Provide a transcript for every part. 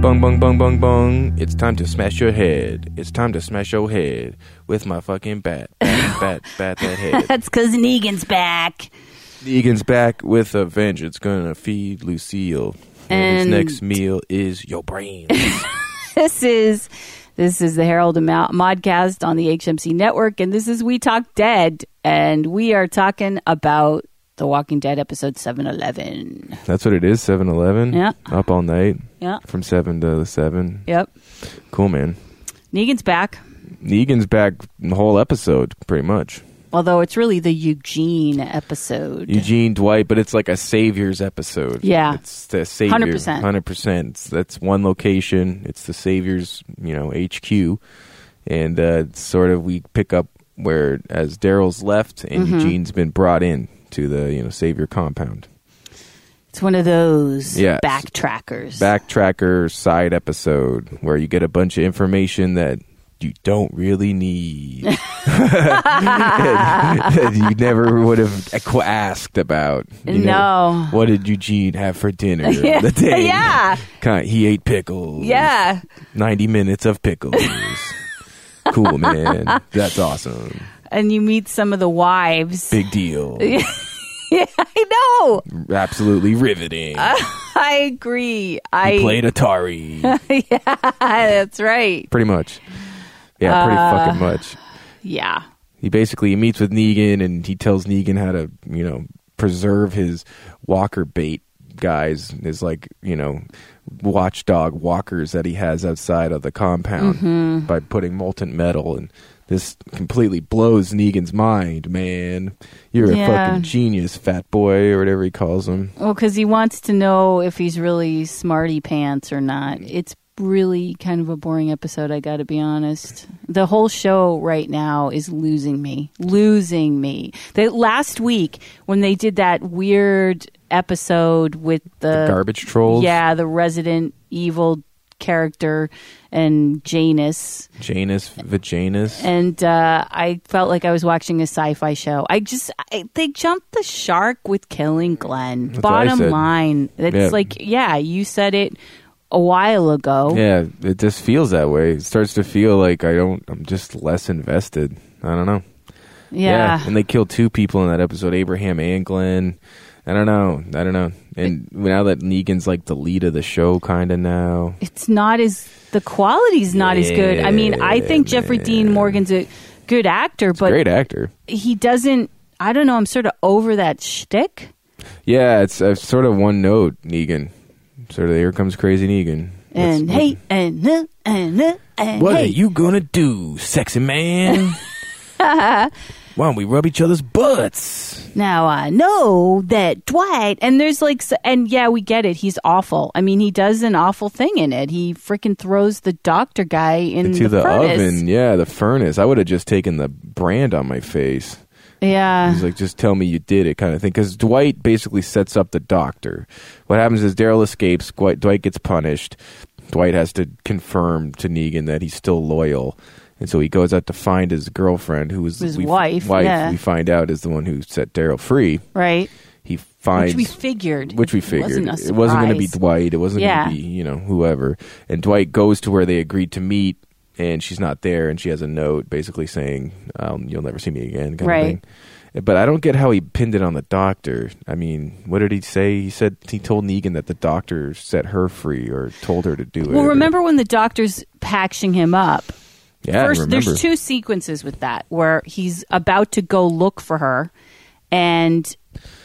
Bung, bung, bung, bung, bung. It's time to smash your head. It's time to smash your head with my fucking bat. Bat, bat, bat that head. That's because Negan's back. Negan's back with a vengeance. Gonna feed Lucille. And, his And- next meal is your brain. This is this is the Herald and Mo- Modcast on the HMC network, and this is We Talk Dead, and we are talking about The Walking Dead episode seven eleven. That's what it is, 7 Eleven. Yeah. Up all night Yeah. from 7 to 7. Yep. Cool, man. Negan's back. Negan's back the whole episode, pretty much. Although it's really the Eugene episode. Eugene Dwight, but it's like a Saviors episode. Yeah. it's the Savior, 100%. hundred percent. That's one location. It's the Saviors, you know, HQ, and uh, it's sort of we pick up where as Daryl's left and Eugene's been brought in to the you know Savior compound. It's one of those Yeah. backtrackers. Backtracker side episode where you get a bunch of information that you don't really need. that, that you never would have equ- asked about. you know. No. What did Eugene have for dinner the day? yeah. Kind he ate pickles. Yeah. 90 minutes of pickles. cool, man. That's awesome. And you meet some of the wives. Big deal. yeah, I know. Absolutely riveting. I agree. Uh, I he played Atari. That's right. pretty much. Yeah, pretty fucking much. Yeah. He basically he meets with Negan and he tells Negan how to, you know, preserve his walker bait guys, his like, you know, watchdog walkers that he has outside of the compound Mm-hmm. by putting molten metal and this completely blows Negan's mind, man. You're a Yeah. fucking genius, fat boy, or whatever he calls him. Well, because he wants to know if he's really smarty pants or not. It's really kind of a boring episode, I got to be honest. The whole show right now is losing me. Losing me. They, last week, when they did that weird episode with the, The garbage trolls. Uh, Yeah, the resident evil character and Janus Janus, Vaginus. and uh, I felt like I was watching a sci-fi show. I just I, they jumped the shark with killing Glenn. what I Bottom said. line, it's Yeah. like yeah, you said it a while ago. Yeah, it just feels that way. It starts to feel like I don't. I'm just less invested. I don't know. Yeah. and they killed two people in that episode, Abraham and Glenn. I don't know. I don't know. And now that Negan's like the lead of the show, kind of now. it's not as the quality's not as good. I mean, I think Jeffrey Dean Morgan's a good actor, but Great actor. he doesn't. I don't know. I'm sort of over that shtick. Yeah, it's, uh sort of one note Negan. Sort of here comes crazy Negan. That's- And hey, and uh, and uh, and What hey. are you gonna do, sexy man? Why don't we rub each other's butts? Now I know that Dwight, and there's like, s- and yeah, we get it. He's awful. I mean, he does an awful thing in it. He freaking throws the doctor guy in Into the, the, furnace. oven. Yeah, the furnace. I would have just taken the brand on my face. Yeah, He's like, just tell me you did it, kind of thing. Because Dwight basically sets up the doctor. What happens is Daryl escapes. Dwight, Dwight gets punished. Dwight has to confirm to Negan that he's still loyal, and so he goes out to find his girlfriend, who is His wife, yeah. We find out is the one who set Daryl free. right. He finds Which we figured. which we It wasn't figured a it wasn't going to be surprise. Dwight. It wasn't Yeah. going to be you know whoever. And Dwight goes to where they agreed to meet, and she's not there, and she has a note basically saying, um, "You'll never see me again," kind Right. of thing. But I don't get how he pinned it on the doctor. I mean, what did he say? He said he told Negan that the doctor set her free or told her to do it. Well, or- remember when the doctor's patching him up? yeah, I First, remember. there's two sequences with that where he's about to go look for her, and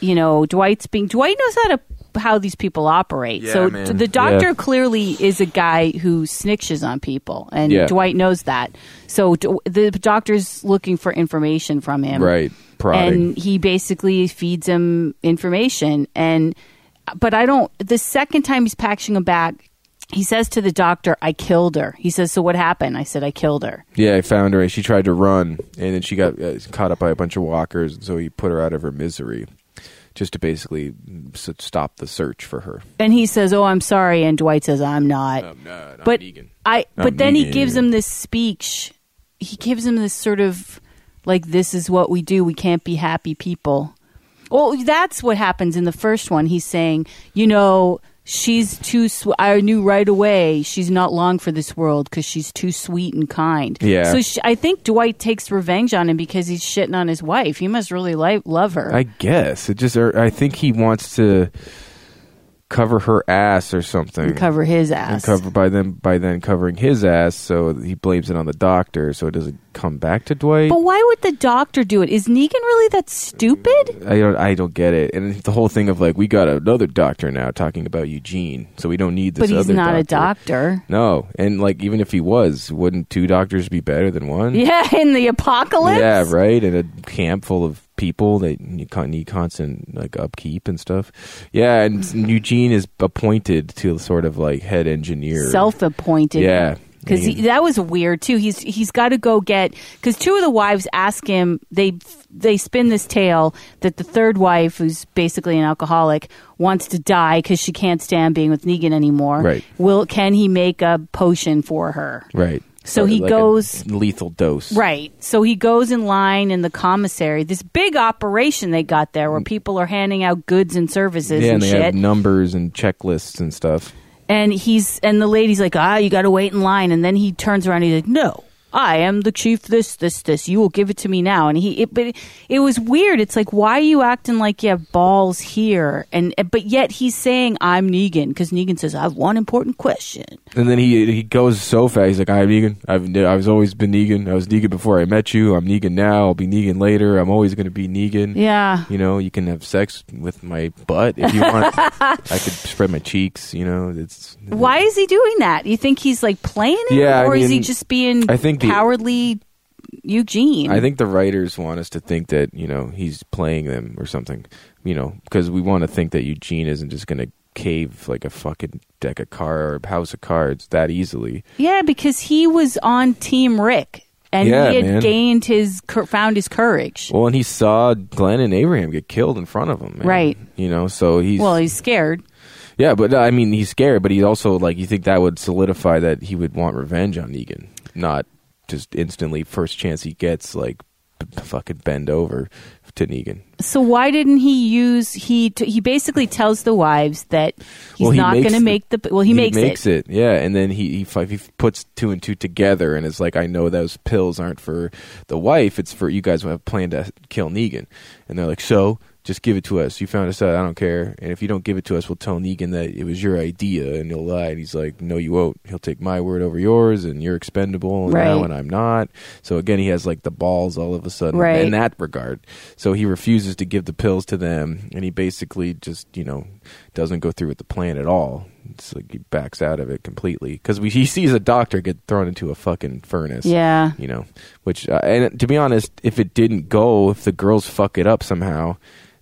you know Dwight's being Dwight knows how to how these people operate. so man. t- the doctor Yeah. clearly is a guy who snitches on people, and Yeah. Dwight knows that. So d- the doctor's looking for information from him, right prodding. and he basically feeds him information. And but I don't. The second time he's patching him back, he says to the doctor, "I killed her." He says, "So what happened?" I said, "I killed her." Yeah, I found her. and She tried to run, and then she got uh, caught up by a bunch of walkers. and So he put her out of her misery, just to basically s- stop the search for her. And he says, "Oh, I'm sorry." And Dwight says, "I'm not." not. but I. But I'm then he Negan. gives him this speech. He gives him this sort of like, "This is what we do. We can't be happy people." Well, that's what happens in the first one. He's saying, "You know." she's too sw- I knew right away she's not long for this world because she's too sweet and kind. Yeah. So she, I think Dwight takes revenge on him because he's shitting on his wife. He must really like love her. I guess it just. Or I think he wants to cover her ass or something. and cover his and ass. cover by then by then covering his ass, so he blames it on the doctor, so it doesn't come back to Dwight. but why would the doctor do it? Is Negan really that stupid? I don't I don't get it. And the whole thing of like we got another doctor now talking about Eugene, so we don't need this But he's other not a doctor. doctor. No, and like even if he was, wouldn't two doctors be better than one? Yeah, in the apocalypse. Yeah, right. And a camp full of people that you con- need constant like upkeep and stuff. Yeah, and Eugene is appointed to sort of like head engineer. Self-appointed. Yeah, because I mean- that was weird too. He's he's got to go get because two of the wives ask him. They they spin this tale that the third wife, who's basically an alcoholic, wants to die because she can't stand being with Negan anymore. Right. Will can he make a potion for her? right. So Or, he like, a goes- lethal dose. Right. So he goes in line in the commissary. This big operation they got there where people are handing out goods and services Mm. Yeah, and and they shit. have numbers and checklists and stuff. and he's and the lady's like ah you gotta wait in line and then he turns around and he's like no i am the chief this this this you will give it to me now and he it, but it, it was weird it's like why are you acting like you have balls here and but yet he's saying i'm negan because negan says i have one important question And then he he goes so fast. He's like, "I'm Negan. I've I was always been Negan. I was Negan before I met you. I'm Negan now. I'll be Negan later. I'm always going to be Negan. yeah You know, you can have sex with my butt if you want. I could spread my cheeks. You know, it's why is he doing that you think he's like playing it Yeah, I or is he mean, just being I think the- cowardly eugene I think the writers want us to think that you know he's playing them or something. You know, because we want to think that Eugene isn't just going to cave like a fucking deck of cards or house of cards that easily. Yeah, because he was on Team Rick, and Yeah, he had man. gained his cou- found his courage. Well, and he saw Glenn and Abraham get killed in front of him. man. Right. You know, so he's Well, he's scared. Yeah, but uh, I mean, he's scared, but he also like you think that would solidify that he would want revenge on Negan, not just instantly first chance he gets like b- fucking bend over to Negan. So why didn't he use he? T- he basically tells the wives that he's Well, he not makes going to the- make the. Well, he, makes, it. yeah, and then he he, fi- he puts two and two together, and it's like I know those pills aren't for the wife; it's for you guys who have planned to kill Negan, and they're like, so just give it to us. You found us out. I don't care, and if you don't give it to us, we'll tell Negan that it was your idea, and he'll lie. And he's like, no, you won't. He'll take my word over yours, and you're expendable and now, Right. and I'm not. So again, he has like the balls all of a sudden Right. in that regard. So he refuses to give the pills to them, and he basically just you know doesn't go through with the plan at all. It's like he backs out of it completely because he sees a doctor get thrown into a fucking furnace. Yeah. you know, which uh, and to be honest, if it didn't go, if the girls fuck it up somehow.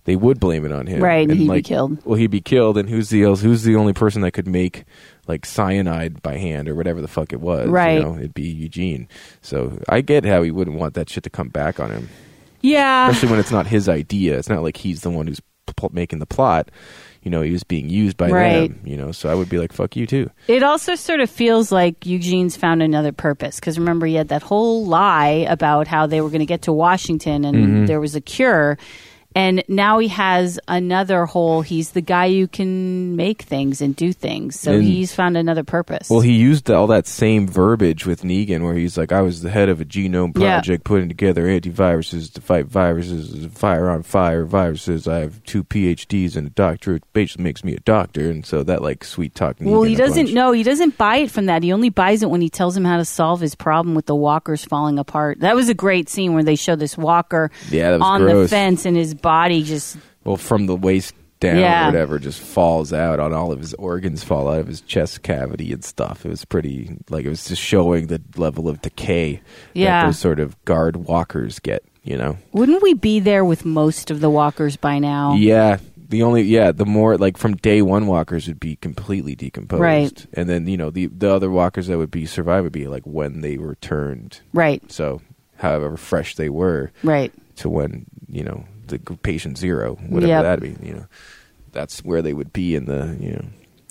They would blame it on him, Right, and he'd be like, killed. Well, he'd be killed, and who's the else, who's the only person that could make like cyanide by hand or whatever the fuck it was? you Right. know? it'd be Eugene. So I get how he wouldn't want that shit to come back on him, Yeah. especially when it's not his idea. It's not like he's the one who's pl- making the plot. You know, he was being used by Right. them. You know, so I would be like, "Fuck you too." It also sort of feels like Eugene's found another purpose because remember he had that whole lie about how they were going to get to Washington and Mm-hmm. there was a cure. And now he has another whole. He's the guy who can make things and do things. So And- he's found another purpose. Well, he used all that same verbiage with Negan, where he's like, "I was the head of a genome Yeah. project, putting together antiviruses to fight viruses, fire on fire viruses. I have two PhDs and a doctorate, basically makes me a doctor." And so that like sweet talk. Negan Well, he a doesn't. bunch. No, he doesn't buy it from that. He only buys it when he tells him how to solve his problem with the walkers falling apart. That was a great scene where they show this walker Yeah, that was on the gross. fence and his body just Well, from the waist down Yeah. or whatever, just falls out on all of his organs, fall out of his chest cavity and stuff. It was pretty like it was just showing the level of decay Yeah. that those sort of guard walkers get. You know. Wouldn't we be there with most of the walkers by now? Yeah. The only yeah, the more like from day one walkers would be completely decomposed. Right. And then, you know, the the other walkers that would be survive would be like when they were turned. Right. So however fresh they were Right. to when, you know, the g- patient zero, whatever Yep. that'd be, you know. That's where they would be in the you know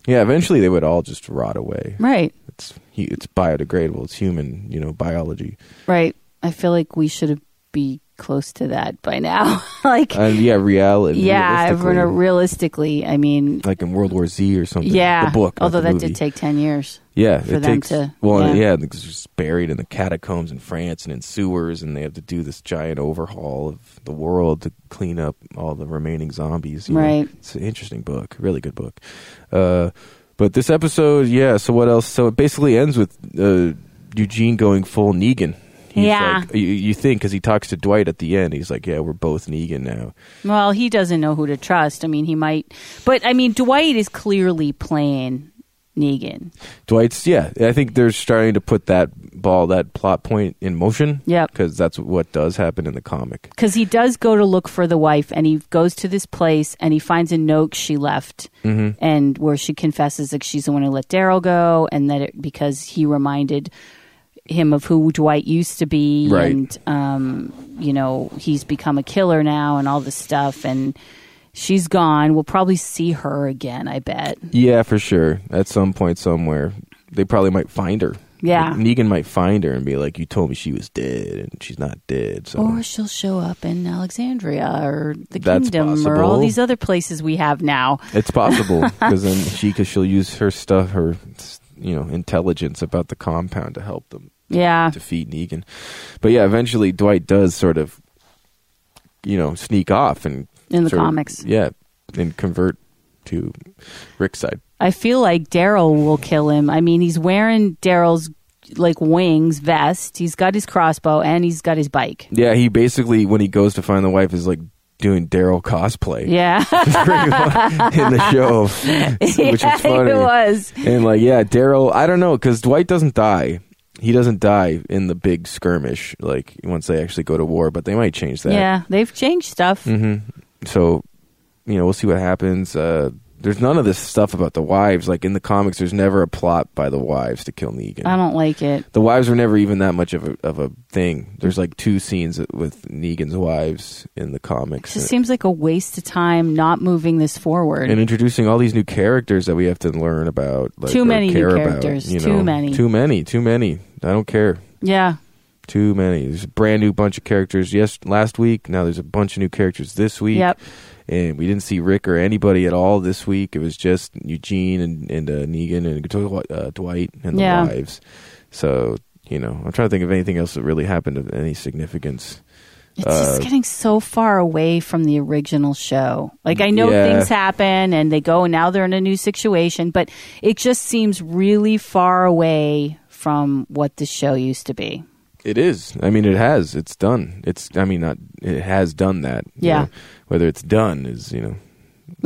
Yeah, eventually they would all just rot away. Right. It's hu- it's biodegradable, it's human, you know, biology. Right. I feel like we should have be close to that by now. like, And yeah, reality. yeah, everyone are- Uh, realistically. realistically, I mean, like in World War Z or something. yeah. the book. not although the that movie. did take 10 years. yeah, for it them takes to- well, yeah. yeah, because it's just buried in the catacombs in France and in sewers, and they have to do this giant overhaul of the world to clean up all the remaining zombies. you know. Right. It's an interesting book, really good book. Uh, but this episode, yeah. So what else? So it basically ends with uh, Eugene going full Negan. He's Yeah. like, you, you think because he talks to Dwight at the end. He's like, "Yeah, we're both Negan now." Well, he doesn't know who to trust. I mean, he might, but I mean, Dwight is clearly playing Negan. Dwight's yeah. I think they're starting to put that ball, that plot point in motion. Yep. because that's what does happen in the comic. Because he does go to look for the wife, and he goes to this place, and he finds a note she left, and where she confesses that she's the one who let Daryl go, and that it, because he reminded him of who Dwight used to be, Right. and um, you know he's become a killer now, and all this stuff, and she's gone. We'll probably see her again, I bet. Yeah, for sure. At some point, somewhere, they probably might find her. Yeah. Like, Negan might find her and be like, "You told me she was dead, and she's not dead." So Or she'll show up in Alexandria or the That's kingdom or all possible. these other places we have now. it's possible because then she, because she'll use her stuff, her you know intelligence about the compound to help them Yeah. defeat Negan. But yeah, eventually Dwight does sort of, you know, sneak off and In the sort of- comics. yeah, and convert to Rick's side. I feel like Daryl will kill him. I mean, he's wearing Daryl's like wings vest. He's got his crossbow and he's got his bike. Yeah, he basically when he goes to find the wife is like doing Daryl cosplay Yeah. pretty much in the show, which Yeah, is funny. It was. And like, yeah, Daryl. I don't know because Dwight doesn't die. He doesn't die in the big skirmish, like once they actually go to war. But they might change that. Mm. Mm-hmm. Yeah, they've changed stuff. So, you know, we'll see what happens. Uh, there's none of this stuff about the wives. Like in the comics, there's never a plot by the wives to kill Negan. I don't like it. the wives were never even that much of a of a thing. There's like two scenes with Negan's wives in the It comics. just seems like a waste of time not moving this forward. and introducing all these new characters that we have to learn about. Like, Too or many new care about, characters. you Too know? many. Too many. Too many. I don't care. yeah. Too many. There's a brand new bunch of characters. Yes, last week. Now there's a bunch of new characters this week. Yep. And we didn't see Rick or anybody at all this week. It was just Eugene and and uh, Negan and Dw- uh, Dwight and Yeah. the wives. So you know, I'm trying to think of anything else that really happened of any significance. It's Uh, just getting so far away from the original show. Like I know Yeah. things happen and they go and now they're in a new situation, but it just seems really far away from what the show used to be. It is. I mean, it has. It's done. It's. I mean, not. It has done that. you Yeah. know. whether it's done is you know.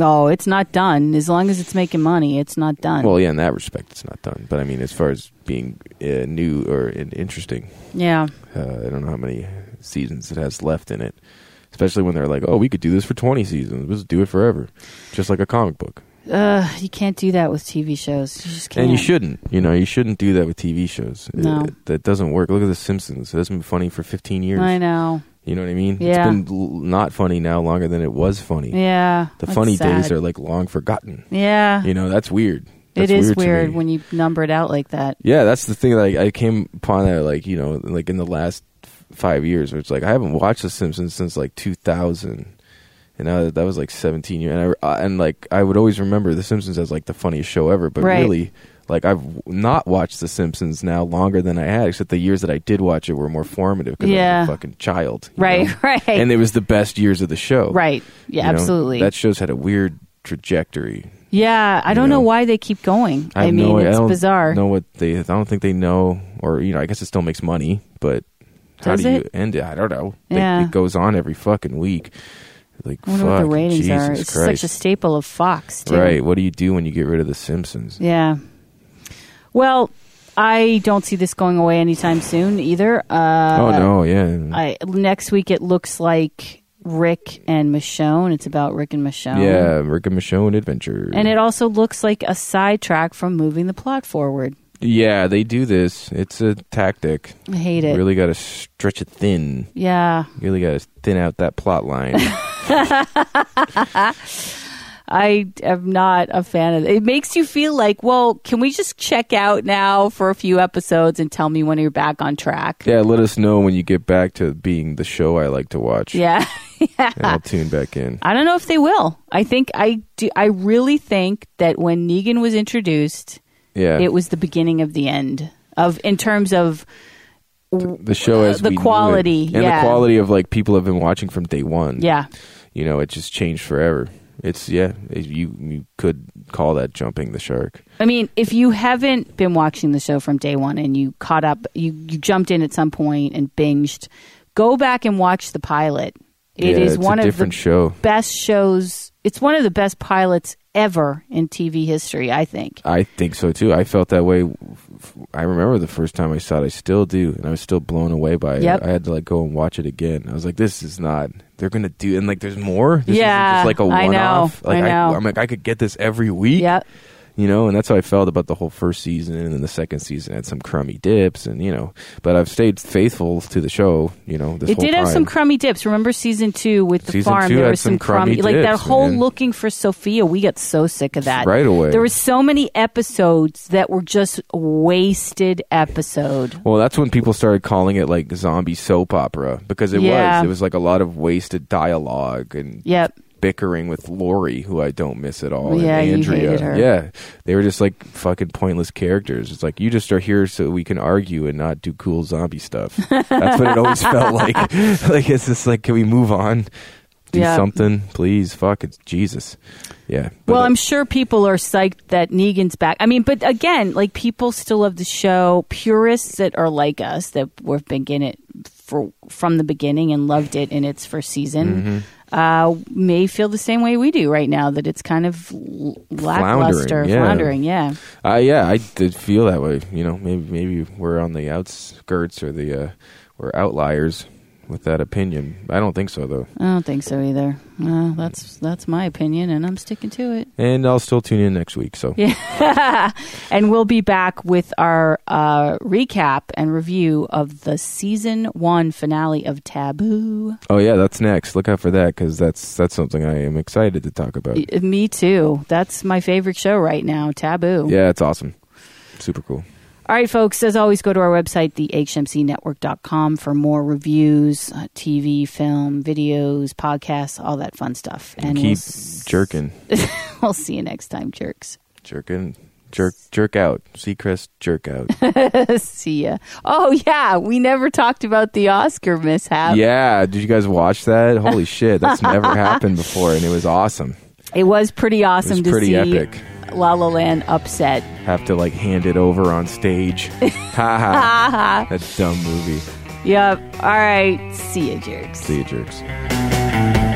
Oh, it's not done. As long as it's making money, it's not done. Well, yeah. In that respect, it's not done. But I mean, as far as being uh, new or in- interesting, yeah. uh, I don't know how many seasons it has left in it. Especially when they're like, "Oh, we could do this for twenty seasons. Let's do it forever," just like a comic book. Ugh, you can't do that with TV shows. You just can't. And you shouldn't. You know, you shouldn't do that with TV shows. No. It- that doesn't work. Look at The Simpsons. It hasn't been funny for fifteen years. I know. You know what I mean? Yeah. It's been l- not funny now longer than it was funny. Yeah. the that's funny days sad. are like long forgotten. Yeah. You know, that's weird. it That's is weird, to weird me. when you number it out like that. Yeah, that's the thing. Like I came upon that, like you know, like in the last f- five years, which like I haven't watched The Simpsons since like 2000, and now that was like 17 years. And I uh, and like I would always remember The Simpsons as like the funniest show ever, but Right. really. Like I've w- not watched The Simpsons now longer than I had, except the years that I did watch it were more formative because I Yeah. was a fucking child, you Right, know? right. And it was the best years of the show, right. Yeah, You know, absolutely. That show's had a weird trajectory. yeah, I you don't know know. why they keep going. I, have mean, no- it's don't bizarre. Know what they? I don't think they know, or you know, I guess it still makes money, but how Does do you it? end it? I don't know. They- Yeah. it goes on every fucking week. Like, I wonder what the fuck, ratings Jesus are. It's Christ. such a staple of Fox, too. right. What do you do when you get rid of the Simpsons? Yeah. Well, I don't see this going away anytime soon either. Uh, oh no, yeah, I, next week it looks like Rick and Michonne. It's about Rick and Michonne. yeah. Rick and Michonne adventure, And it also looks like a sidetrack from moving the plot forward. yeah, they do this. It's a tactic. I hate it. Really got to stretch it thin. Yeah. Really got to thin out that plot line. I am not a fan of it. It makes you feel like, well, can we just check out now for a few episodes and tell me when you're back on track? Yeah, let us know when you get back to being the show I like to watch. Yeah. yeah. And I'll tune back in. I don't know if they will. I think I do. I really think that when Negan was introduced, Yeah. it was the beginning of the end of in terms of the show as Uh, the we knew it. quality, and yeah. the quality of like people have been watching from day one. yeah. you know, it just changed forever. It's yeah, it- you you could call that jumping the shark. I mean, if you haven't been watching the show from day one and you caught up, you, you jumped in at some point and binged, go back and watch the pilot. It is Yeah, it's a one of different the show. best shows. It's one of the best pilots ever in TV history, I think. I think so too. I felt that way. I remember the first time I saw it. I still do, and I was still blown away by it. Yep. I had to like go and watch it again. I was like, "This is not. They're gonna do." And like, there's more. This Yeah, isn't just like a I know, one-off. Like, I know. am like, I could get this every week. Yep. you know, and that's how I felt about the whole first season, and then the second season had some crummy dips, and you know, but I've stayed faithful to the show. You know, this It whole did have time. some crummy dips. Remember season two with the Season farm? two there had was some some crummy, crummy like that dips, whole man. looking for Sophia. We got so sick of that Right away. There were so many episodes that were just wasted episode. Well, that's when people started calling it like zombie soap opera because it Yeah. was. It was like a lot of wasted dialogue and Yep. bickering with Lori, who I don't miss at all. Yeah, and you Andrea. hated her. Yeah, they were just like fucking pointless characters. It's like you just are here so we can argue and not do cool zombie stuff. that's what it always felt like. Like it's just like, can we move on? Do Yeah. something, please. Fuck it's Jesus. Yeah. But, well, uh, I'm sure people are psyched that Negan's back. I mean, but again, like people still love the show. Purists that are like us that have been in it for from the beginning and loved it in its first season Mm-hmm. uh, may feel the same way we do right now. That it's kind of l- lackluster, yeah. floundering. Yeah, Uh, yeah, I did feel that way. You know, maybe maybe we're on the outskirts or the uh, we're outliers with that opinion. I don't think so though. I don't think so either. Uh, that's that's my opinion, and I'm sticking to it. And I'll still tune in next week. So Yeah. and we'll be back with our uh, recap and review of the season one finale of Taboo. oh yeah, that's next. Look out for that because that's that's something I am excited to talk about. Y- Me too. That's my favorite show right now, Taboo. Yeah, it's awesome. Super cool. All right, folks, as always, go to our website, thehmcnetwork.com, for more reviews, uh, TV, film, videos, podcasts, all that fun stuff. And we'll Keep s- jerking, We'll see you next time, jerks. jerking, jerk, jerk out. Seacrest, jerk out. see ya. Oh, yeah. We never talked about the Oscar mishap. yeah, did you guys watch that? Holy shit, that's never happened before, and it was awesome. It was pretty awesome to pretty see epic. La La Land upset. Have to like hand it over on stage. ha ha. Haha. That dumb movie. yep. All right. See you, jerks. See you, jerks.